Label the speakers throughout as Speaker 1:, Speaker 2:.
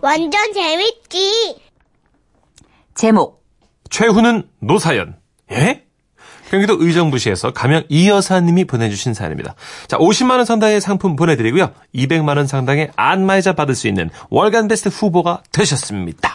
Speaker 1: 완전 재밌지.
Speaker 2: 제목
Speaker 3: 최후는 노사연. 예? 경기도 의정부시에서 가명 이여사님이 보내주신 사연입니다. 자, 50만원 상당의 상품 보내드리고요. 200만원 상당의 안마의자 받을 수 있는 월간 베스트 후보가 되셨습니다.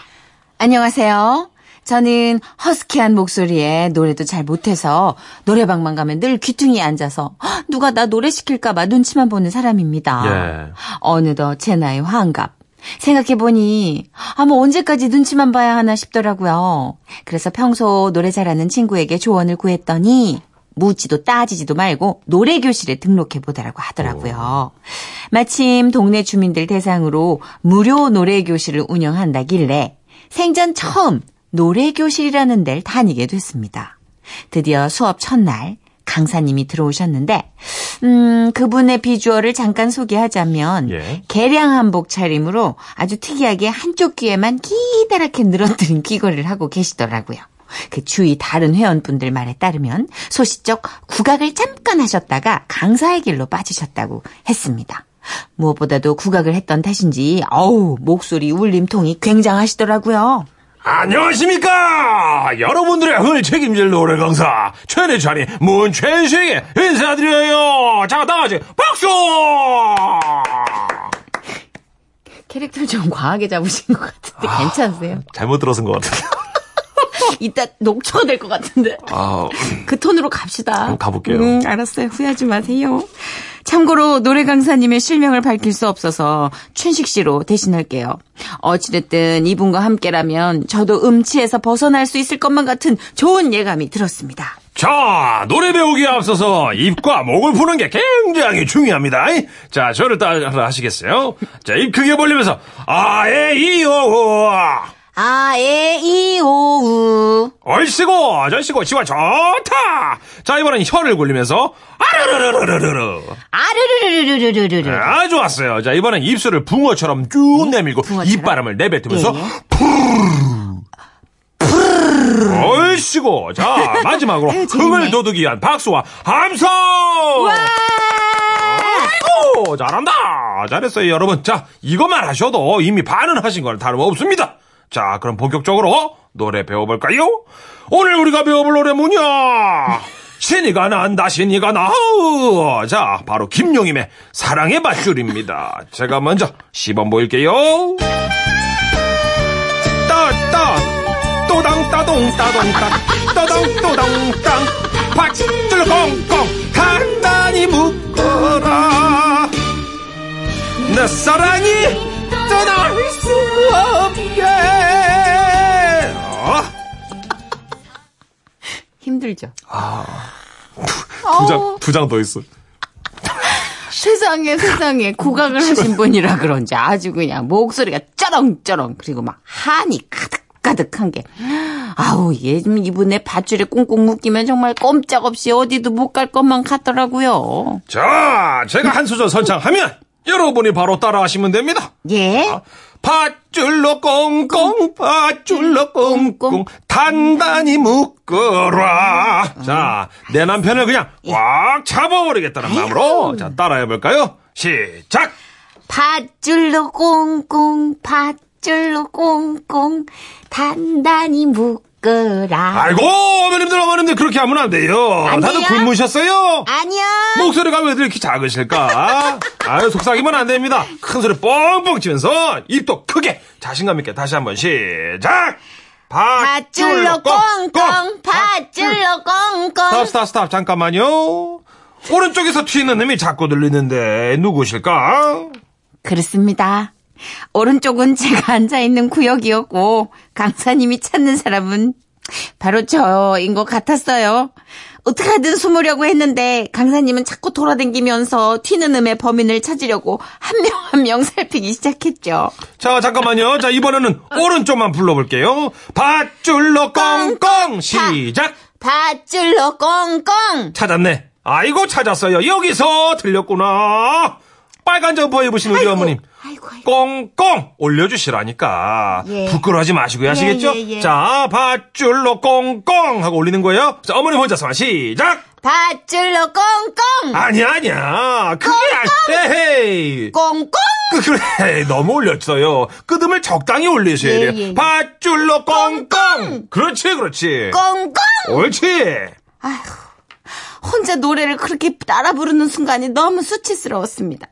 Speaker 2: 안녕하세요. 저는 허스키한 목소리에 노래도 잘 못해서 노래방만 가면 늘 귀퉁이에 앉아서 헉, 누가 나 노래 시킬까봐 눈치만 보는 사람입니다.
Speaker 3: 예.
Speaker 2: 어느덧 제 나이 환갑. 생각해보니 아마 뭐 언제까지 눈치만 봐야 하나 싶더라고요. 그래서 평소 노래 잘하는 친구에게 조언을 구했더니 묻지도 따지지도 말고 노래 교실에 등록해 보더라고 하더라고요. 마침 동네 주민들 대상으로 무료 노래 교실을 운영한다길래 생전 처음 노래 교실이라는 데를 다니게 됐습니다. 드디어 수업 첫날 강사님이 들어오셨는데 음 그분의 비주얼을 잠깐 소개하자면
Speaker 3: 예.
Speaker 2: 개량 한복 차림으로 아주 특이하게 한쪽 귀에만 기다랗게 늘어뜨린 귀걸이를 하고 계시더라고요. 그 주위 다른 회원분들 말에 따르면 소시적 국악을 잠깐 하셨다가 강사의 길로 빠지셨다고 했습니다. 무엇보다도 국악을 했던 탓인지 어우 목소리 울림통이 굉장하시더라고요.
Speaker 3: 안녕하십니까! 여러분들의 흥을 책임질 노래 강사, 최내찬이 문최식에 인사드려요! 자, 다 같이 박수!
Speaker 2: 캐릭터를 좀 과하게 잡으신 것 같은데 괜찮으세요?
Speaker 3: 잘못 들어선 것 같은데.
Speaker 2: 이따 녹초가 될 것 같은데.
Speaker 3: 아,
Speaker 2: 그 톤으로 갑시다.
Speaker 3: 한번 가볼게요.
Speaker 2: 음, 알았어요. 후회하지 마세요. 참고로 노래 강사님의 실명을 밝힐 수 없어서 춘식 씨로 대신할게요. 어찌됐든 이분과 함께라면 저도 음치에서 벗어날 수 있을 것만 같은 좋은 예감이 들었습니다.
Speaker 3: 자, 노래 배우기에 앞서서 입과 목을 푸는 게 굉장히 중요합니다. 자, 저를 따라 하시겠어요? 자, 입 크게 벌리면서, 아, 에, 이, 오, 우.
Speaker 2: 아, 에, 이, 오, 우.
Speaker 3: 얼씨고, 절씨고, 지와 좋다! 자, 이번엔 혀를 굴리면서, 아르르르르르르.
Speaker 2: 아르르르르르르르.
Speaker 3: 아, 좋았어요. 자, 이번엔 입술을 붕어처럼 쭉 내밀고,
Speaker 2: 예. 붕어처럼?
Speaker 3: 입바람을 내뱉으면서,
Speaker 2: 예, 예.
Speaker 3: 푸르르르르. 얼씨고, 자, 마지막으로,
Speaker 2: 아유, 재밌네.
Speaker 3: 흥을 돋우기 위한 박수와 함성! 아이고 잘한다 잘했어요 여러분 자 이것만 하셔도 이미 반은 하신 건 다름없습니다 자 그럼 본격적으로 노래 배워볼까요 오늘 우리가 배워볼 노래 뭐냐 신이가 난다 신이가 나우 자 바로 김용임의 사랑의 밧줄입니다 제가 먼저 시범 보일게요 따따 또당 따동 따동 따 따당 또당 땅 밧줄 꽁꽁 간단히 묶어라 내 사랑이 떠날 수 없게 어?
Speaker 2: 힘들죠.
Speaker 3: 두장 두 장 더 있어
Speaker 2: 세상에 세상에 국악을 하신 분이라 그런지 아주 그냥 목소리가 쩌렁쩌렁 그리고 막 한이 가득가득한 게 아우 얘 이분의 밧줄에 꽁꽁 묶이면 정말 꼼짝없이 어디도 못 갈 것만 같더라고요.
Speaker 3: 자 제가 한 수절 선창하면 여러분이 바로 따라하시면 됩니다
Speaker 2: 예.
Speaker 3: 밧줄로 꽁꽁 밧줄로 꽁꽁 단단히 묶어라 자 내 남편을 그냥
Speaker 2: 예.
Speaker 3: 꽉 잡아버리겠다는 마음으로 자 따라해볼까요 시작
Speaker 2: 밧줄로 꽁꽁 밧줄로 꽁꽁 단단히 묶어라.
Speaker 3: 아이고 어머님들 어머님들 그렇게 하면 안 돼요
Speaker 2: 안
Speaker 3: 다들
Speaker 2: 돼요?
Speaker 3: 굶으셨어요
Speaker 2: 아니야.
Speaker 3: 목소리가 왜 이렇게 작으실까 아유 속삭이면 안 됩니다 큰 소리 뻥뻥 치면서 입도 크게 자신감 있게 다시 한번 시작
Speaker 2: 밧줄로 꽁꽁 아, 밧줄로 꽁꽁
Speaker 3: 스탑 스탑 스탑 잠깐만요 오른쪽에서 튀는 음이 자꾸 들리는데 누구실까?
Speaker 2: 그렇습니다. 오른쪽은 제가 앉아있는 구역이었고, 강사님이 찾는 사람은 바로 저인 것 같았어요. 어떻게 하든 숨으려고 했는데, 강사님은 자꾸 돌아다니면서 튀는 음의 범인을 찾으려고 한 명 한 명 살피기 시작했죠.
Speaker 3: 자 잠깐만요 자 이번에는 오른쪽만 불러볼게요 밧줄로 꽁꽁 시작
Speaker 2: 밧줄로 꽁꽁!
Speaker 3: 찾았네. 아이고 찾았어요. 여기서 들렸구나. 빨간 점퍼 입으신 우리 어머님.
Speaker 2: 아이고, 아이고.
Speaker 3: 꽁꽁 올려주시라니까
Speaker 2: 예.
Speaker 3: 부끄러워하지 마시고요 아시겠죠?
Speaker 2: 예, 예.
Speaker 3: 자 밧줄로 꽁꽁 하고 올리는 거예요 자 어머니 혼자서만 시작
Speaker 2: 밧줄로 꽁꽁!
Speaker 3: 아니야 아니야 그게 아니 에헤이
Speaker 2: 꽁꽁!
Speaker 3: 그, 그래, 너무 올렸어요. 끄듬을 적당히 올리셔야
Speaker 2: 예,
Speaker 3: 돼요.
Speaker 2: 예, 예.
Speaker 3: 밧줄로 꽁꽁! 그렇지, 그렇지.
Speaker 2: 꽁꽁!
Speaker 3: 옳지.
Speaker 2: 혼자 노래를 그렇게 따라 부르는 순간이 너무 수치스러웠습니다.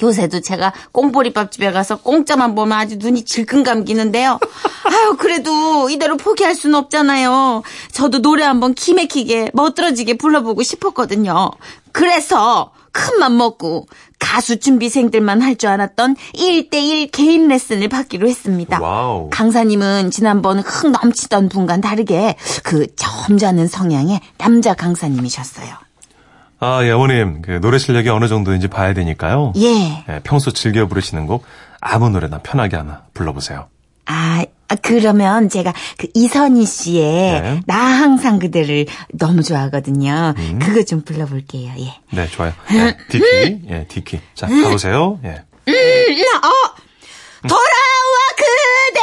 Speaker 2: 요새도 제가 꽁보리밥 집에 가서 꽁짜만 보면 아주 눈이 질끈 감기는데요. 아유, 그래도 이대로 포기할 수는 없잖아요. 저도 노래 한번 기맥히게, 멋들어지게 불러보고 싶었거든요. 그래서 큰 맘 먹고 가수 준비생들만 할 줄 알았던 1대1 개인 레슨을 받기로 했습니다.
Speaker 3: 와우.
Speaker 2: 강사님은 지난번 흥 넘치던 분과는 다르게 그 점잖은 성향의 남자 강사님이셨어요.
Speaker 3: 아, 예, 어머님. 그 노래 실력이 어느 정도인지 봐야 되니까요.
Speaker 2: 예.
Speaker 3: 예, 평소 즐겨 부르시는 곡 아무 노래나 편하게 하나 불러보세요.
Speaker 2: 아, 아, 그러면 제가 그 이선희 씨의
Speaker 3: 네.
Speaker 2: 나 항상 그대를 너무 좋아하거든요.
Speaker 3: 음.
Speaker 2: 그거 좀 불러볼게요. 예.
Speaker 3: 네, 좋아요. 예, 디키. 예, 디키. 자, 가보세요. 예.
Speaker 2: 어!
Speaker 3: 음.
Speaker 2: 돌아와 그대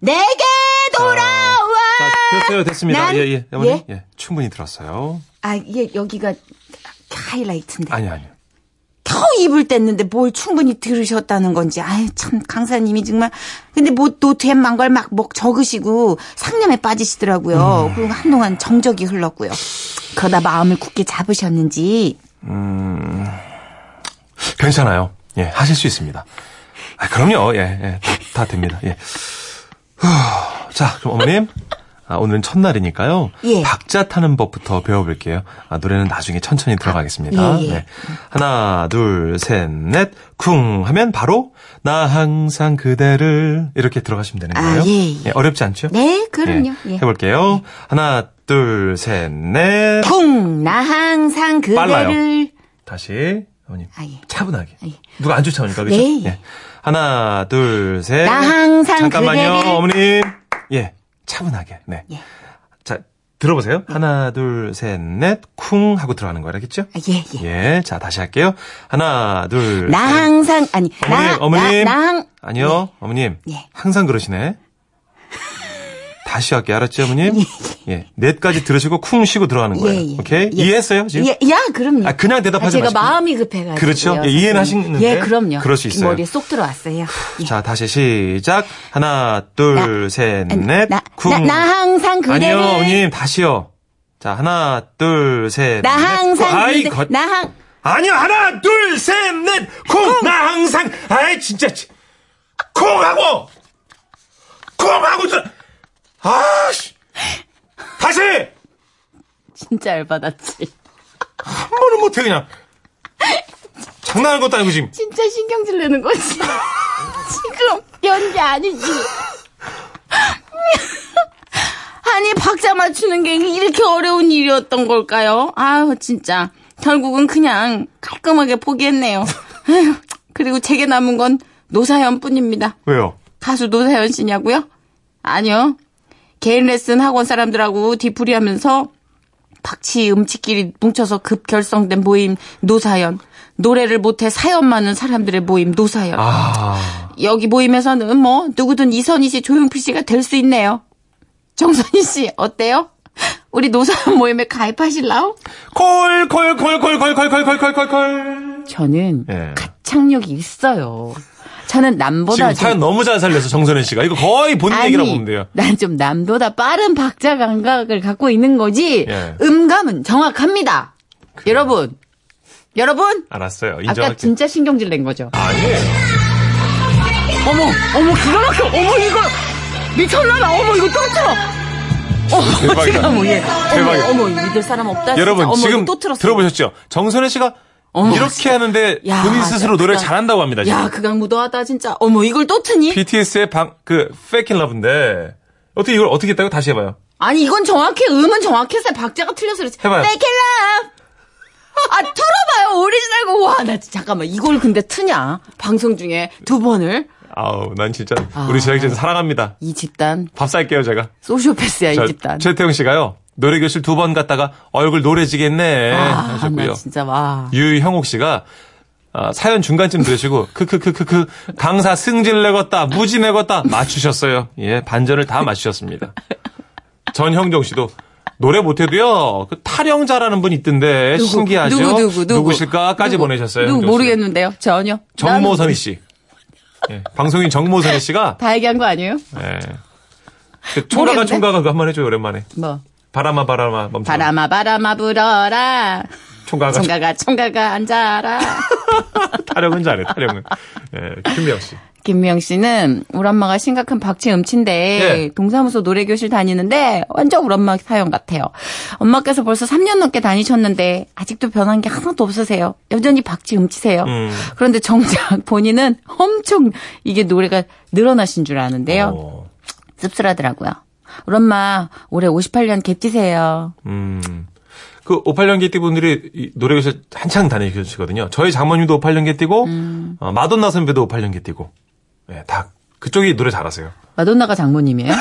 Speaker 2: 내게 돌아와.
Speaker 3: 자, 됐어요. 됐습니다.
Speaker 2: 난-
Speaker 3: 예, 예. 어머님.
Speaker 2: 예?
Speaker 3: 예? 충분히 들었어요.
Speaker 2: 아, 이게 여기가 하이라이트인데.
Speaker 3: 아니요, 아니요.
Speaker 2: 더 입을 뗐는데 뭘 충분히 들으셨다는 건지 아유 참 강사님이 정말 근데 뭐 노트에 망걸 막 먹 적으시고 상념에 빠지시더라고요.
Speaker 3: 음.
Speaker 2: 그리고 한동안 정적이 흘렀고요. 그러다 마음을 굳게 잡으셨는지
Speaker 3: 괜찮아요. 예, 하실 수 있습니다. 아, 그럼요. 예, 예. 다, 다 됩니다. 예. 후, 자, 그럼 어머님. 아, 오늘은 첫날이니까요.
Speaker 2: 예.
Speaker 3: 박자 타는 법부터 배워볼게요. 아, 노래는 나중에 천천히 들어가겠습니다.
Speaker 2: 예, 예.
Speaker 3: 네. 하나, 둘, 셋, 넷, 쿵 하면 바로 나 항상 그대를 이렇게 들어가시면 되는
Speaker 2: 아,
Speaker 3: 거예요.
Speaker 2: 예, 예.
Speaker 3: 어렵지 않죠?
Speaker 2: 네 그럼요.
Speaker 3: 예,
Speaker 2: 예.
Speaker 3: 해볼게요. 하나, 둘, 셋, 넷.
Speaker 2: 쿵! 나 항상 그대를
Speaker 3: 빨라요. 다시 어머님
Speaker 2: 아, 예.
Speaker 3: 차분하게
Speaker 2: 예.
Speaker 3: 누가 안 쫓아오니까 그죠?
Speaker 2: 네.
Speaker 3: 예. 하나 둘셋
Speaker 2: 나 항상
Speaker 3: 잠깐만요
Speaker 2: 그대를-
Speaker 3: 어머님 예 차분하게 네.
Speaker 2: 예.
Speaker 3: 자 들어보세요 하나 둘셋넷쿵 하고 들어가는 거알겠죠
Speaker 2: 아, 예, 예.
Speaker 3: 자 다시 할게요 하나 둘
Speaker 2: 나 항상 아니
Speaker 3: 셋. 어머님
Speaker 2: 나,
Speaker 3: 어머님
Speaker 2: 나, 나 항-
Speaker 3: 아니요 어머님
Speaker 2: 예.
Speaker 3: 항상 그러시네 다시 할게요 알았죠 어머님 예 넷까지 들으시고 쿵 쉬고 들어가는 거예요
Speaker 2: 예, 예.
Speaker 3: 오케이
Speaker 2: 예.
Speaker 3: 이해했어요 지금
Speaker 2: 예, 야, 그럼요.
Speaker 3: 아, 그냥 대답하지
Speaker 2: 제가
Speaker 3: 마시고.
Speaker 2: 마음이 급해가지고.
Speaker 3: 그렇죠. 예, 이해는 하시는데.
Speaker 2: 예, 그럼요.
Speaker 3: 그럴 수 있어요.
Speaker 2: 머리에 쏙 들어왔어요. 예.
Speaker 3: 자, 다시 시작. 하나,
Speaker 2: 나-
Speaker 3: 둘, 셋,
Speaker 2: 아니,
Speaker 3: 넷,
Speaker 2: 나,
Speaker 3: 쿵.
Speaker 2: 나, 나 항상 그대를.
Speaker 3: 아니요, 어머님, 다시요. 자, 하나, 둘, 셋,
Speaker 2: 나
Speaker 3: 넷.
Speaker 2: 항상
Speaker 3: 쿵. 네, 아이,
Speaker 2: 그대.
Speaker 3: 거-
Speaker 2: 나 항.
Speaker 3: 아니요, 하나, 둘, 셋, 넷, 쿵. 나 항상, 아이, 진짜. 치- 쿵하고! 쿵하고! 들어- 아씨! 다시! 한
Speaker 2: 진짜 열받았지.
Speaker 3: 번은 못해, 그냥. 장난하는 것도 아니고, 지금.
Speaker 2: 진짜 신경질 내는 거지. 지금 연기 아니지. 아니 박자 맞추는 게 이렇게 어려운 일이었던 걸까요? 아유 진짜 결국은 그냥 깔끔하게 포기했네요. 아유, 그리고 제게 남은 건 노사연뿐입니다.
Speaker 3: 왜요?
Speaker 2: 가수 노사연 씨냐고요? 아니요. 개인 레슨 학원 사람들하고 뒤풀이하면서 박치 음치끼리 뭉쳐서 급결성된 모임 노사연. 노래를 못해 사연 많은 사람들의 모임 노사연.
Speaker 3: 아.
Speaker 2: 여기 모임에서는 뭐 누구든 이선희 씨, 조용필 씨가 될 수 있네요. 정선희 씨 어때요? 우리 노사연 모임에 가입하실라요?
Speaker 3: 콜콜콜콜콜콜콜콜콜콜
Speaker 2: 저는
Speaker 3: 예.
Speaker 2: 가창력이 있어요. 저는
Speaker 3: 지금
Speaker 2: 남보다
Speaker 3: 사연 너무 잘 살려서 정선혜 씨가 이거 거의 본인 얘기라고 보면 돼요.
Speaker 2: 난 좀 남보다 빠른 박자 감각을 갖고 있는 거지.
Speaker 3: 예.
Speaker 2: 음감은 정확합니다. 여러분, 여러분,
Speaker 3: 알았어요.
Speaker 2: 아까
Speaker 3: 인정할게요.
Speaker 2: 진짜 신경질 낸 거죠.
Speaker 3: 아니에요.
Speaker 2: 어머, 어머, 기가 막혀. 어머, 이거 미쳤나봐. 어머, 이거 떨쳐. 어머,
Speaker 3: 대박이다.
Speaker 2: 지금 어머, 예.
Speaker 3: 대박이다.
Speaker 2: 어머, 어머, 믿을 사람 없다. 진짜.
Speaker 3: 여러분
Speaker 2: 어머,
Speaker 3: 지금
Speaker 2: 이거 또 들었어.
Speaker 3: 들어보셨죠? 정선혜 씨가
Speaker 2: 어머,
Speaker 3: 이렇게 하는데
Speaker 2: 야,
Speaker 3: 본인 스스로 노래
Speaker 2: 그냥-
Speaker 3: 잘한다고 합니다. 지금.
Speaker 2: 야, 그강 무도하다 진짜. 어머, 이걸 또 트니?
Speaker 3: BTS의 방그 Fake in Love인데 어떻게 이걸 어떻게 했다고 다시 해봐요.
Speaker 2: 아니 이건 정확해 음은 정확했어요 박자가 틀려서 그렇지
Speaker 3: 해봐요.
Speaker 2: Make it love 아 틀어봐요 오리지널 곡 와나 잠깐만 이걸 근데 트냐 방송 중에 두 번을
Speaker 3: 아우 난 진짜 우리 제작진 사랑합니다.
Speaker 2: 이 집단
Speaker 3: 밥 살게요 제가.
Speaker 2: 소시오패스야
Speaker 3: 자,
Speaker 2: 이 집단
Speaker 3: 최태용 씨가요 노래교실 두 번 갔다가 얼굴 노래지겠네
Speaker 2: 아나
Speaker 3: 하셨고요.
Speaker 2: 진짜 와
Speaker 3: 유형옥 씨가 아, 사연 중간쯤 들으시고
Speaker 4: 그,
Speaker 3: 크크크크크 강사 승질 내겄다 무지 내겄다 맞추셨어요. 예 반전을 다 맞추셨습니다. 전형종 씨도
Speaker 4: 노래 못해도요, 그 타령자라는 분이 있던데,
Speaker 2: 누구,
Speaker 4: 신기하죠?
Speaker 2: 누구, 누구, 누구.
Speaker 4: 누구실까까지
Speaker 2: 누구,
Speaker 4: 보내셨어요.
Speaker 2: 누구
Speaker 4: 형정 씨.
Speaker 2: 모르겠는데요. 전혀.
Speaker 4: 정모선희 씨. 예, 방송인 정모선희 씨가,
Speaker 2: 다 얘기한 거 아니에요?
Speaker 4: 예. 그 총각아,
Speaker 2: 모르겠네.
Speaker 4: 총각아, 그거 한번 해줘요, 오랜만에.
Speaker 2: 뭐.
Speaker 4: 바람아, 바람아, 멈춰.
Speaker 2: 바람아 바람아 불어라.
Speaker 4: 총각아, 총각.
Speaker 2: 총각아 총각아 앉아라.
Speaker 4: 타령은 잘해, 타령은. 예, 김미영 씨.
Speaker 2: 김미영 씨는 우리 엄마가 심각한 박치 음치인데
Speaker 4: 예.
Speaker 2: 동사무소 노래교실 다니는데 완전 우리 엄마 사연 같아요. 엄마께서 벌써 3년 넘게 다니셨는데 아직도 변한 게 하나도 없으세요. 여전히 박치 음치세요.
Speaker 4: 음.
Speaker 2: 그런데 정작 본인은 엄청 이게 노래가 늘어나신 줄 아는데요.
Speaker 4: 어,
Speaker 2: 씁쓸하더라고요. 우리 엄마 올해 58년 개띠세요.
Speaker 4: 음. 그 58년기 띠분들이 이 노래교실 한창 다니시거든요. 저희 장모님도 58년기 띠고,
Speaker 2: 음.
Speaker 4: 어, 마돈나 선배도 58년기 띠고. 예, 다 그쪽이 노래 잘하세요.
Speaker 2: 마돈나가 장모님이에요?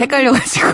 Speaker 2: 헷갈려가지고.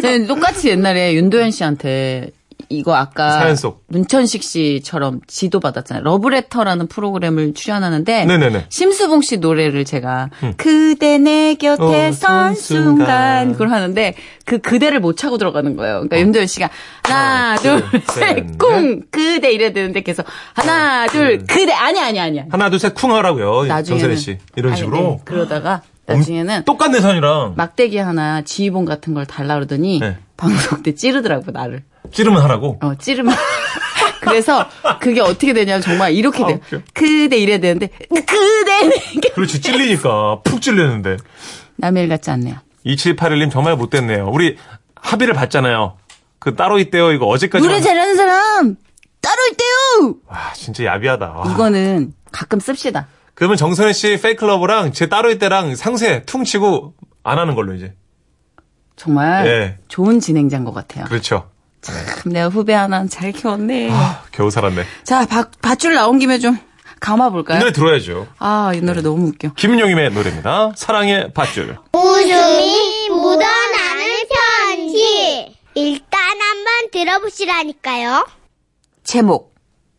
Speaker 2: 저는 똑같이 옛날에 윤도현 씨한테 이거 아까
Speaker 4: 사연 속.
Speaker 2: 문천식 씨처럼 지도 받았잖아요. 러브레터라는 프로그램을 출연하는데
Speaker 4: 네네네. 음.
Speaker 2: 심수봉 씨 노래를 제가 그대 내 곁에
Speaker 4: 어,
Speaker 2: 선
Speaker 4: 순간.
Speaker 2: 순간 그걸 하는데 그 그대를 못 차고 들어가는 거예요. 그러니까 윤도현 씨가 하나
Speaker 4: 둘, 셋, 음.
Speaker 2: 둘셋꿍 그대 이래야 되는데 계속 하나 둘 그대 아니 아니 아니
Speaker 4: 하나, 둘, 셋, 쿵 하라고요. 네, 정선혜 씨. 이런
Speaker 2: 아니,
Speaker 4: 식으로.
Speaker 2: 네. 그러다가 나중에는
Speaker 4: 똑같네, 선이랑.
Speaker 2: 막대기 하나 지휘봉 같은 걸 달라 그러더니
Speaker 4: 네.
Speaker 2: 방송 때 찌르더라고 나를.
Speaker 4: 찌르면 하라고.
Speaker 2: 어 찌르면. 그래서 그게 어떻게 되냐면 정말 이렇게 돼요.
Speaker 4: 아, 웃겨.
Speaker 2: 그대 이래야 되는데 그대 내게
Speaker 4: 그렇지, 찔리니까. 푹 찔렸는데.
Speaker 2: 남의 일 같지 않네요.
Speaker 4: 2781님 정말 못됐네요. 우리 합의를 봤잖아요. 그 따로 있대요. 이거 어제까지.
Speaker 2: 노래 잘하는 사람 따로 있대요.
Speaker 4: 와, 진짜 야비하다. 와.
Speaker 2: 이거는 가끔 씁시다.
Speaker 4: 그러면 정선혜 씨 페이클러브랑 제 따로 있대랑 상세 퉁치고 안 하는 걸로 이제.
Speaker 2: 정말
Speaker 4: 예.
Speaker 2: 좋은 진행자인 것 같아요.
Speaker 4: 그렇죠.
Speaker 2: 참 내가 후배 하나 잘 키웠네.
Speaker 4: 아, 겨우 살았네.
Speaker 2: 자 밧- 밧줄 나온 김에 좀
Speaker 4: 이
Speaker 2: 감아볼까요?
Speaker 4: 노래 들어야죠.
Speaker 2: 아 이 노래 너무 웃겨.
Speaker 4: 김용임의 노래입니다. 사랑의 밧줄.
Speaker 1: 웃음이 묻어나는 편지. 일단 한번 들어보시라니까요.
Speaker 5: 제목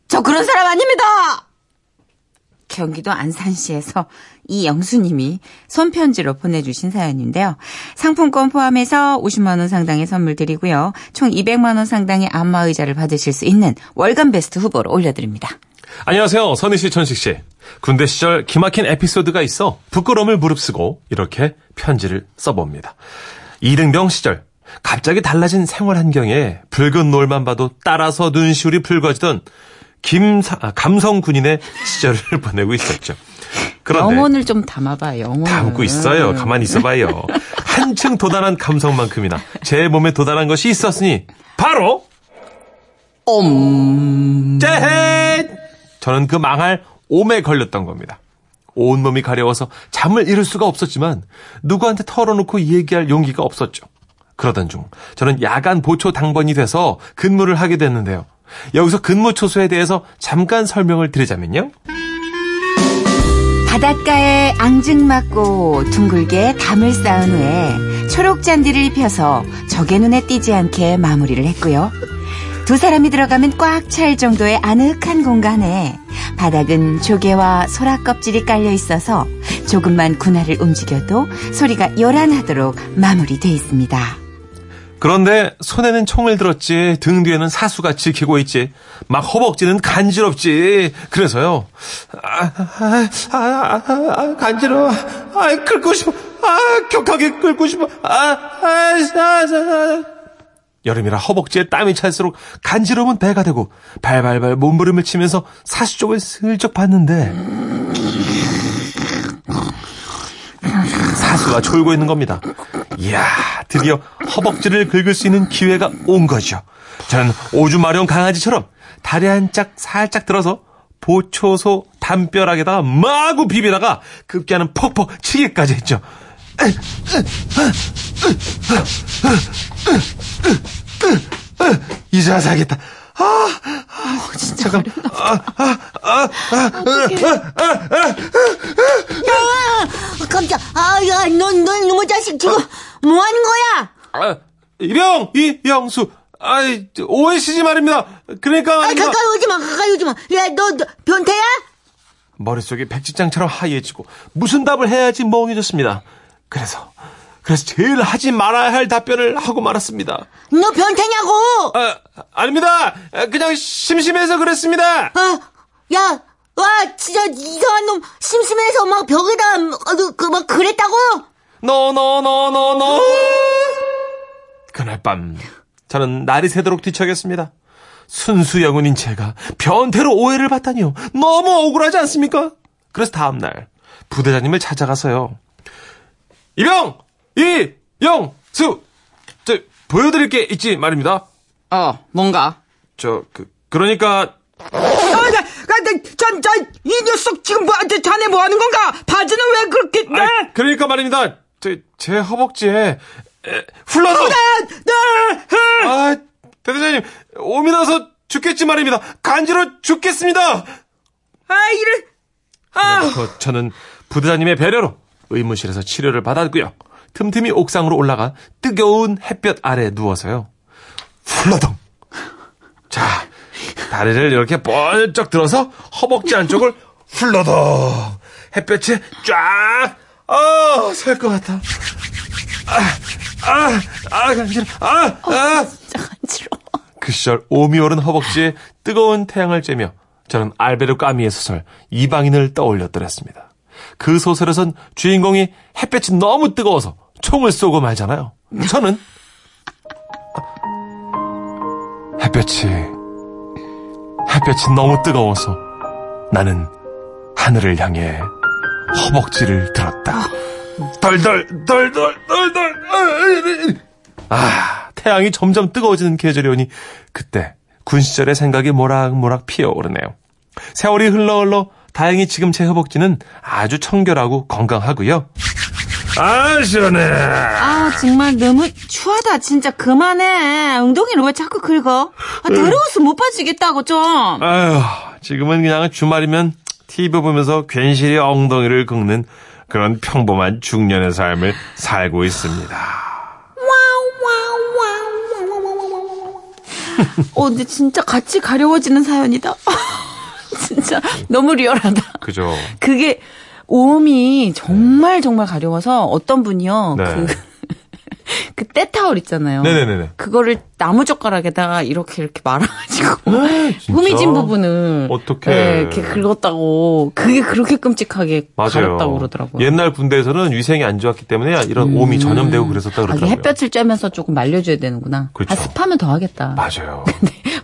Speaker 5: 저 그런 사람 아닙니다. 경기도 안산시에서 이영수님이 손편지로 보내주신 사연인데요. 상품권 포함해서 50만 원 상당의 선물 드리고요. 총 200만 원 상당의 안마의자를 받으실 수 있는 월간 베스트 후보로 올려드립니다.
Speaker 4: 안녕하세요. 선희 씨, 천식 씨. 군대 시절 기막힌 에피소드가 있어 부끄러움을 무릅쓰고 이렇게 편지를 써봅니다. 이등병 시절 갑자기 달라진 생활 환경에 붉은 놀만 봐도 따라서 눈시울이 붉어지던 김사, 아, 감성 군인의 시절을 보내고 있었죠. 그런데
Speaker 2: 영혼을 좀 담아봐 영혼.
Speaker 4: 네. 담고 있어요. 가만히 있어봐요. 한층 도달한 감성만큼이나 제 몸에 도달한 것이 있었으니 바로 옴 짜헷 저는 그 망할 옴에 걸렸던 겁니다. 온몸이 가려워서 잠을 이룰 수가 없었지만 누구한테 털어놓고 얘기할 용기가 없었죠. 그러던 중 저는 야간 보초 당번이 돼서 근무를 하게 됐는데요. 여기서 근무 초소에 대해서 잠깐 설명을 드리자면요.
Speaker 5: 바닷가에 앙증맞고 둥글게 담을 쌓은 후에 초록 잔디를 입혀서 적의 눈에 띄지 않게 마무리를 했고요. 두 사람이 들어가면 꽉 찰 정도의 아늑한 공간에 바닥은 조개와 소라 껍질이 깔려 있어서 조금만 군화를 움직여도 소리가 요란하도록 마무리돼 있습니다.
Speaker 4: 그런데 손에는 총을 들었지 등 뒤에는 사수가 지키고 있지 막 허벅지는 간지럽지 그래서요 아, 아, 아, 아, 아, 간지러워 아 긁고 싶어 아 격하게 긁고 싶어 아, 아, 아, 아, 아. 여름이라 허벅지에 땀이 찰수록 간지러움은 배가 되고 발발발 몸부림을 치면서 사수 쪽을 슬쩍 봤는데 사수가 졸고 있는 겁니다. 이야, 드디어 허벅지를 긁을 수 있는 기회가 온 거죠. 저는 오줌 마려운 강아지처럼 다리 한 짝 살짝 들어서 보초소 담벼락에다가 마구 비비다가 급기야는 퍽퍽 치기까지 했죠. 이제 와서 하겠다. 아, 아, 진짜 잠깐. 아, 아, 아, 아, 아, 아, 아, 아.
Speaker 5: 깜짝, 아, 야, 넌, 넌, 놈의 자식 지금 뭐 하는 거야?
Speaker 4: 아, 이병, 이영수. 아이, 저, 오해시지 말입니다. 그러니까.
Speaker 3: 아,
Speaker 4: 아니면-
Speaker 3: 가까이 오지 마, 가까이 오지 마. 야, 너, 너 변태야?
Speaker 4: 머릿속이 백지장처럼 하얘지고 무슨 답을 해야지 멍해졌습니다. 그래서 그래서 제일 하지 말아야 할 답변을 하고 말았습니다.
Speaker 2: 너 변태냐고!
Speaker 4: 아, 아닙니다. 아, 그냥 심심해서 그랬습니다.
Speaker 2: 어, 야, 와, 진짜 이상한 놈 심심해서 막 벽에다, 어, 그, 막 그랬다고?
Speaker 4: 노노노노노. 그날 밤 저는 날이 새도록 뒤척였습니다. 순수 영혼인 제가 변태로 오해를 받다니요. 너무 억울하지 않습니까? 그래서 다음 날 부대장님을 찾아가서요. 이병, 이영, 수, 저 보여드릴 게 있지 말입니다.
Speaker 6: 어, 뭔가.
Speaker 4: 저 그, 그러니까
Speaker 3: 아, 나, 나, 나, 참, 나, 이 녀석 지금 뭐, 저, 자네 뭐 하는 건가? 바지는 왜 그렇게, 나,
Speaker 4: 아, 그러니까 말입니다. 제, 제 허벅지에 에, 흘러서
Speaker 3: 나, 나,
Speaker 4: 아, 대대장님, 오미 나서 죽겠지 말입니다. 간지러 죽겠습니다.
Speaker 3: 아, 이래. 아,
Speaker 4: 그, 저는 부대장님의 배려로 의무실에서 치료를 받았고요. 틈틈이 옥상으로 올라가 뜨거운 햇볕 아래 누워서요. 훌러덩. 자, 다리를 이렇게 번쩍 들어서 허벅지 안쪽을 훌러덩. 햇볕에 쫙, 어, 살 것 같아. 아, 아, 아, 간지러, 아, 아.
Speaker 6: 진짜 간지러워.
Speaker 4: 그 시절 오미 오른 허벅지에 뜨거운 태양을 쬐며 저는 알베르 까미의 소설 이방인을 떠올렸더랬습니다. 그 소설에선 주인공이 햇볕이 너무 뜨거워서 총을 쏘고 말잖아요. 저는 햇볕이 햇볕이 너무 뜨거워서 나는 하늘을 향해 허벅지를 들었다. 덜덜 덜덜 덜덜 아, 태양이 점점 뜨거워지는 계절이 오니 그때 군 시절의 생각이 모락모락 피어오르네요. 세월이 흘러 흘러 다행히 지금 제 허벅지는 아주 청결하고 건강하고요. 아, 시원해.
Speaker 6: 아, 정말 너무 추하다. 진짜 그만해. 엉덩이를 왜 자꾸 긁어? 아, 더러워서 못 빠지겠다고, 좀.
Speaker 4: 아휴, 지금은 그냥 주말이면 TV 보면서 괜시리 엉덩이를 긁는 그런 평범한 중년의 삶을 살고 있습니다.
Speaker 6: 어, 근데 진짜 같이 가려워지는 사연이다. 진짜 너무 리얼하다.
Speaker 4: 그죠?
Speaker 6: 그게 오음이 정말 정말 가려워서 어떤 분이요.
Speaker 4: 네.
Speaker 6: 그, 그 때타월 있잖아요.
Speaker 4: 네네네네.
Speaker 6: 그거를 나무젓가락에다가 이렇게 이렇게 말아가지고 후미진 부분을
Speaker 4: 어, 어떡해.
Speaker 6: 네, 이렇게 긁었다고 그게 그렇게 끔찍하게
Speaker 4: 맞아요. 예,
Speaker 6: 가렵다고 그러더라고요. 음.
Speaker 4: 옛날 군대에서는 위생이 안 좋았기 때문에 이런 오미 전염되고 그랬었다
Speaker 6: 아, 이게
Speaker 4: 그러더라고요.
Speaker 6: 햇볕을 쬐면서 조금 말려줘야 되는구나.
Speaker 4: 그렇죠.
Speaker 6: 아, 습하면 더 하겠다.
Speaker 4: 맞아요.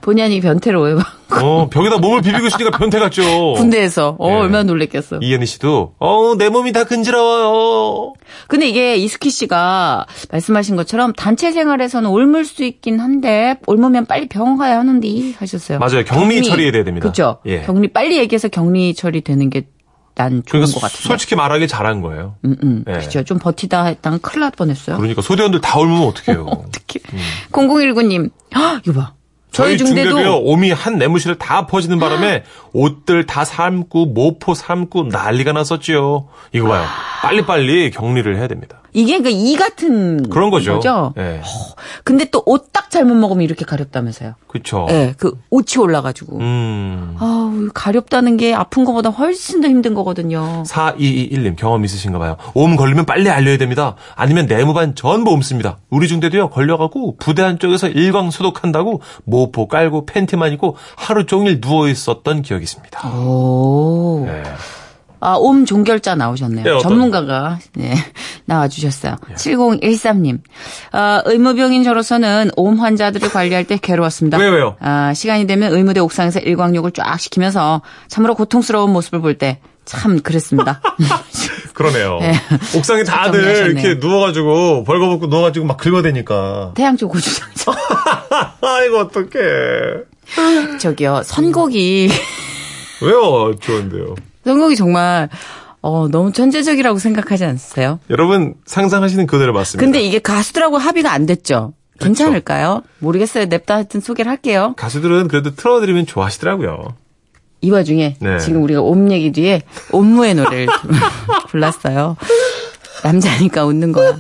Speaker 6: 본의 아니게 변태로 오해받고
Speaker 4: 어, 벽에다 몸을 비비고 있으니까 변태 같죠.
Speaker 6: 군대에서 어,
Speaker 4: 예.
Speaker 6: 얼마나 놀랬겠어.
Speaker 4: 이현희 씨도 어, 내 몸이 다 근지러워요.
Speaker 6: 근데 이게 이스키 씨가 말씀하신 것처럼 단체 생활에서는 옮을 수 있긴 한데 옮으면 빨리 병원 가야 하는데 하셨어요.
Speaker 4: 맞아요. 격리 처리해야 됩니다.
Speaker 6: 그렇죠.
Speaker 4: 예.
Speaker 6: 격리 빨리 얘기해서 격리 처리되는 게 난 좋은
Speaker 4: 그러니까
Speaker 6: 것 같아요.
Speaker 4: 솔직히 말하기 잘한 거예요.
Speaker 6: 음, 음.
Speaker 4: 예.
Speaker 6: 그렇죠. 좀 버티다 했다가 큰일 날 뻔했어요.
Speaker 4: 그러니까 소대원들 다 울면 어떡해요.
Speaker 6: 특히 0019님. 헉, 이거 봐. 저희,
Speaker 4: 음. 중대도요,
Speaker 6: 중대도
Speaker 4: 오미 한 내무실을 다 퍼지는 바람에 옷들 다 삶고 모포 삶고 난리가 났었지요. 이거 봐요. 빨리빨리 격리를 해야 됩니다.
Speaker 6: 이게 그이 같은
Speaker 4: 그런 거죠.
Speaker 6: 거죠?
Speaker 4: 예.
Speaker 6: 근데 또 옷 딱 잘못 먹으면 이렇게 가렵다면서요.
Speaker 4: 그쵸.
Speaker 6: 예. 그 옷이 올라가지고.
Speaker 4: 음.
Speaker 6: 아우, 가렵다는 게 아픈 것보다 훨씬 더 힘든 거거든요.
Speaker 4: 4221님 경험 있으신가 봐요. 오음 걸리면 빨리 알려야 됩니다. 아니면 내무반 전부 옮습니다. 우리 중대도요 걸려갖고 부대 안쪽에서 일광 소독한다고 모포 깔고 팬티만 입고 하루 종일 누워 있었던 기억이 있습니다.
Speaker 6: 오.
Speaker 4: 예.
Speaker 6: 아, 옴 종결자 나오셨네요.
Speaker 4: 네, 어떤- 예.
Speaker 6: 전문가가 네, 나와주셨어요. 7013님. 아, 의무병인 저로서는 옴 환자들을 관리할 때 괴로웠습니다.
Speaker 4: 왜요, 왜요?
Speaker 6: 아, 시간이 되면 의무대 옥상에서 일광욕을 쫙 시키면서 참으로 고통스러운 모습을 볼 때 참 그랬습니다.
Speaker 4: 그러네요.
Speaker 6: 네.
Speaker 4: 옥상에
Speaker 6: 정리하셨네요.
Speaker 4: 다들 이렇게 누워가지고 벌거벗고 누워가지고 막 긁어대니까.
Speaker 6: 태양 쪽 고추장처럼.
Speaker 4: 아 이거 어떡해.
Speaker 6: 저기요, 선곡이,
Speaker 4: 왜요? 좋은데요.
Speaker 6: 선곡이 정말, 어, 너무 천재적이라고 생각하지 않으세요?
Speaker 4: 여러분 상상하시는 그대로 맞습니다.
Speaker 6: 근데 이게 가수들하고 합의가 안 됐죠? 괜찮을까요? 모르겠어요. 냅다 하여튼 소개를 할게요.
Speaker 4: 가수들은 그래도 틀어드리면 좋아하시더라고요.
Speaker 6: 이 와중에
Speaker 4: 네.
Speaker 6: 지금 우리가 옴 얘기 뒤에 옴무의 노래를 골랐어요. 남자니까 웃는 거야.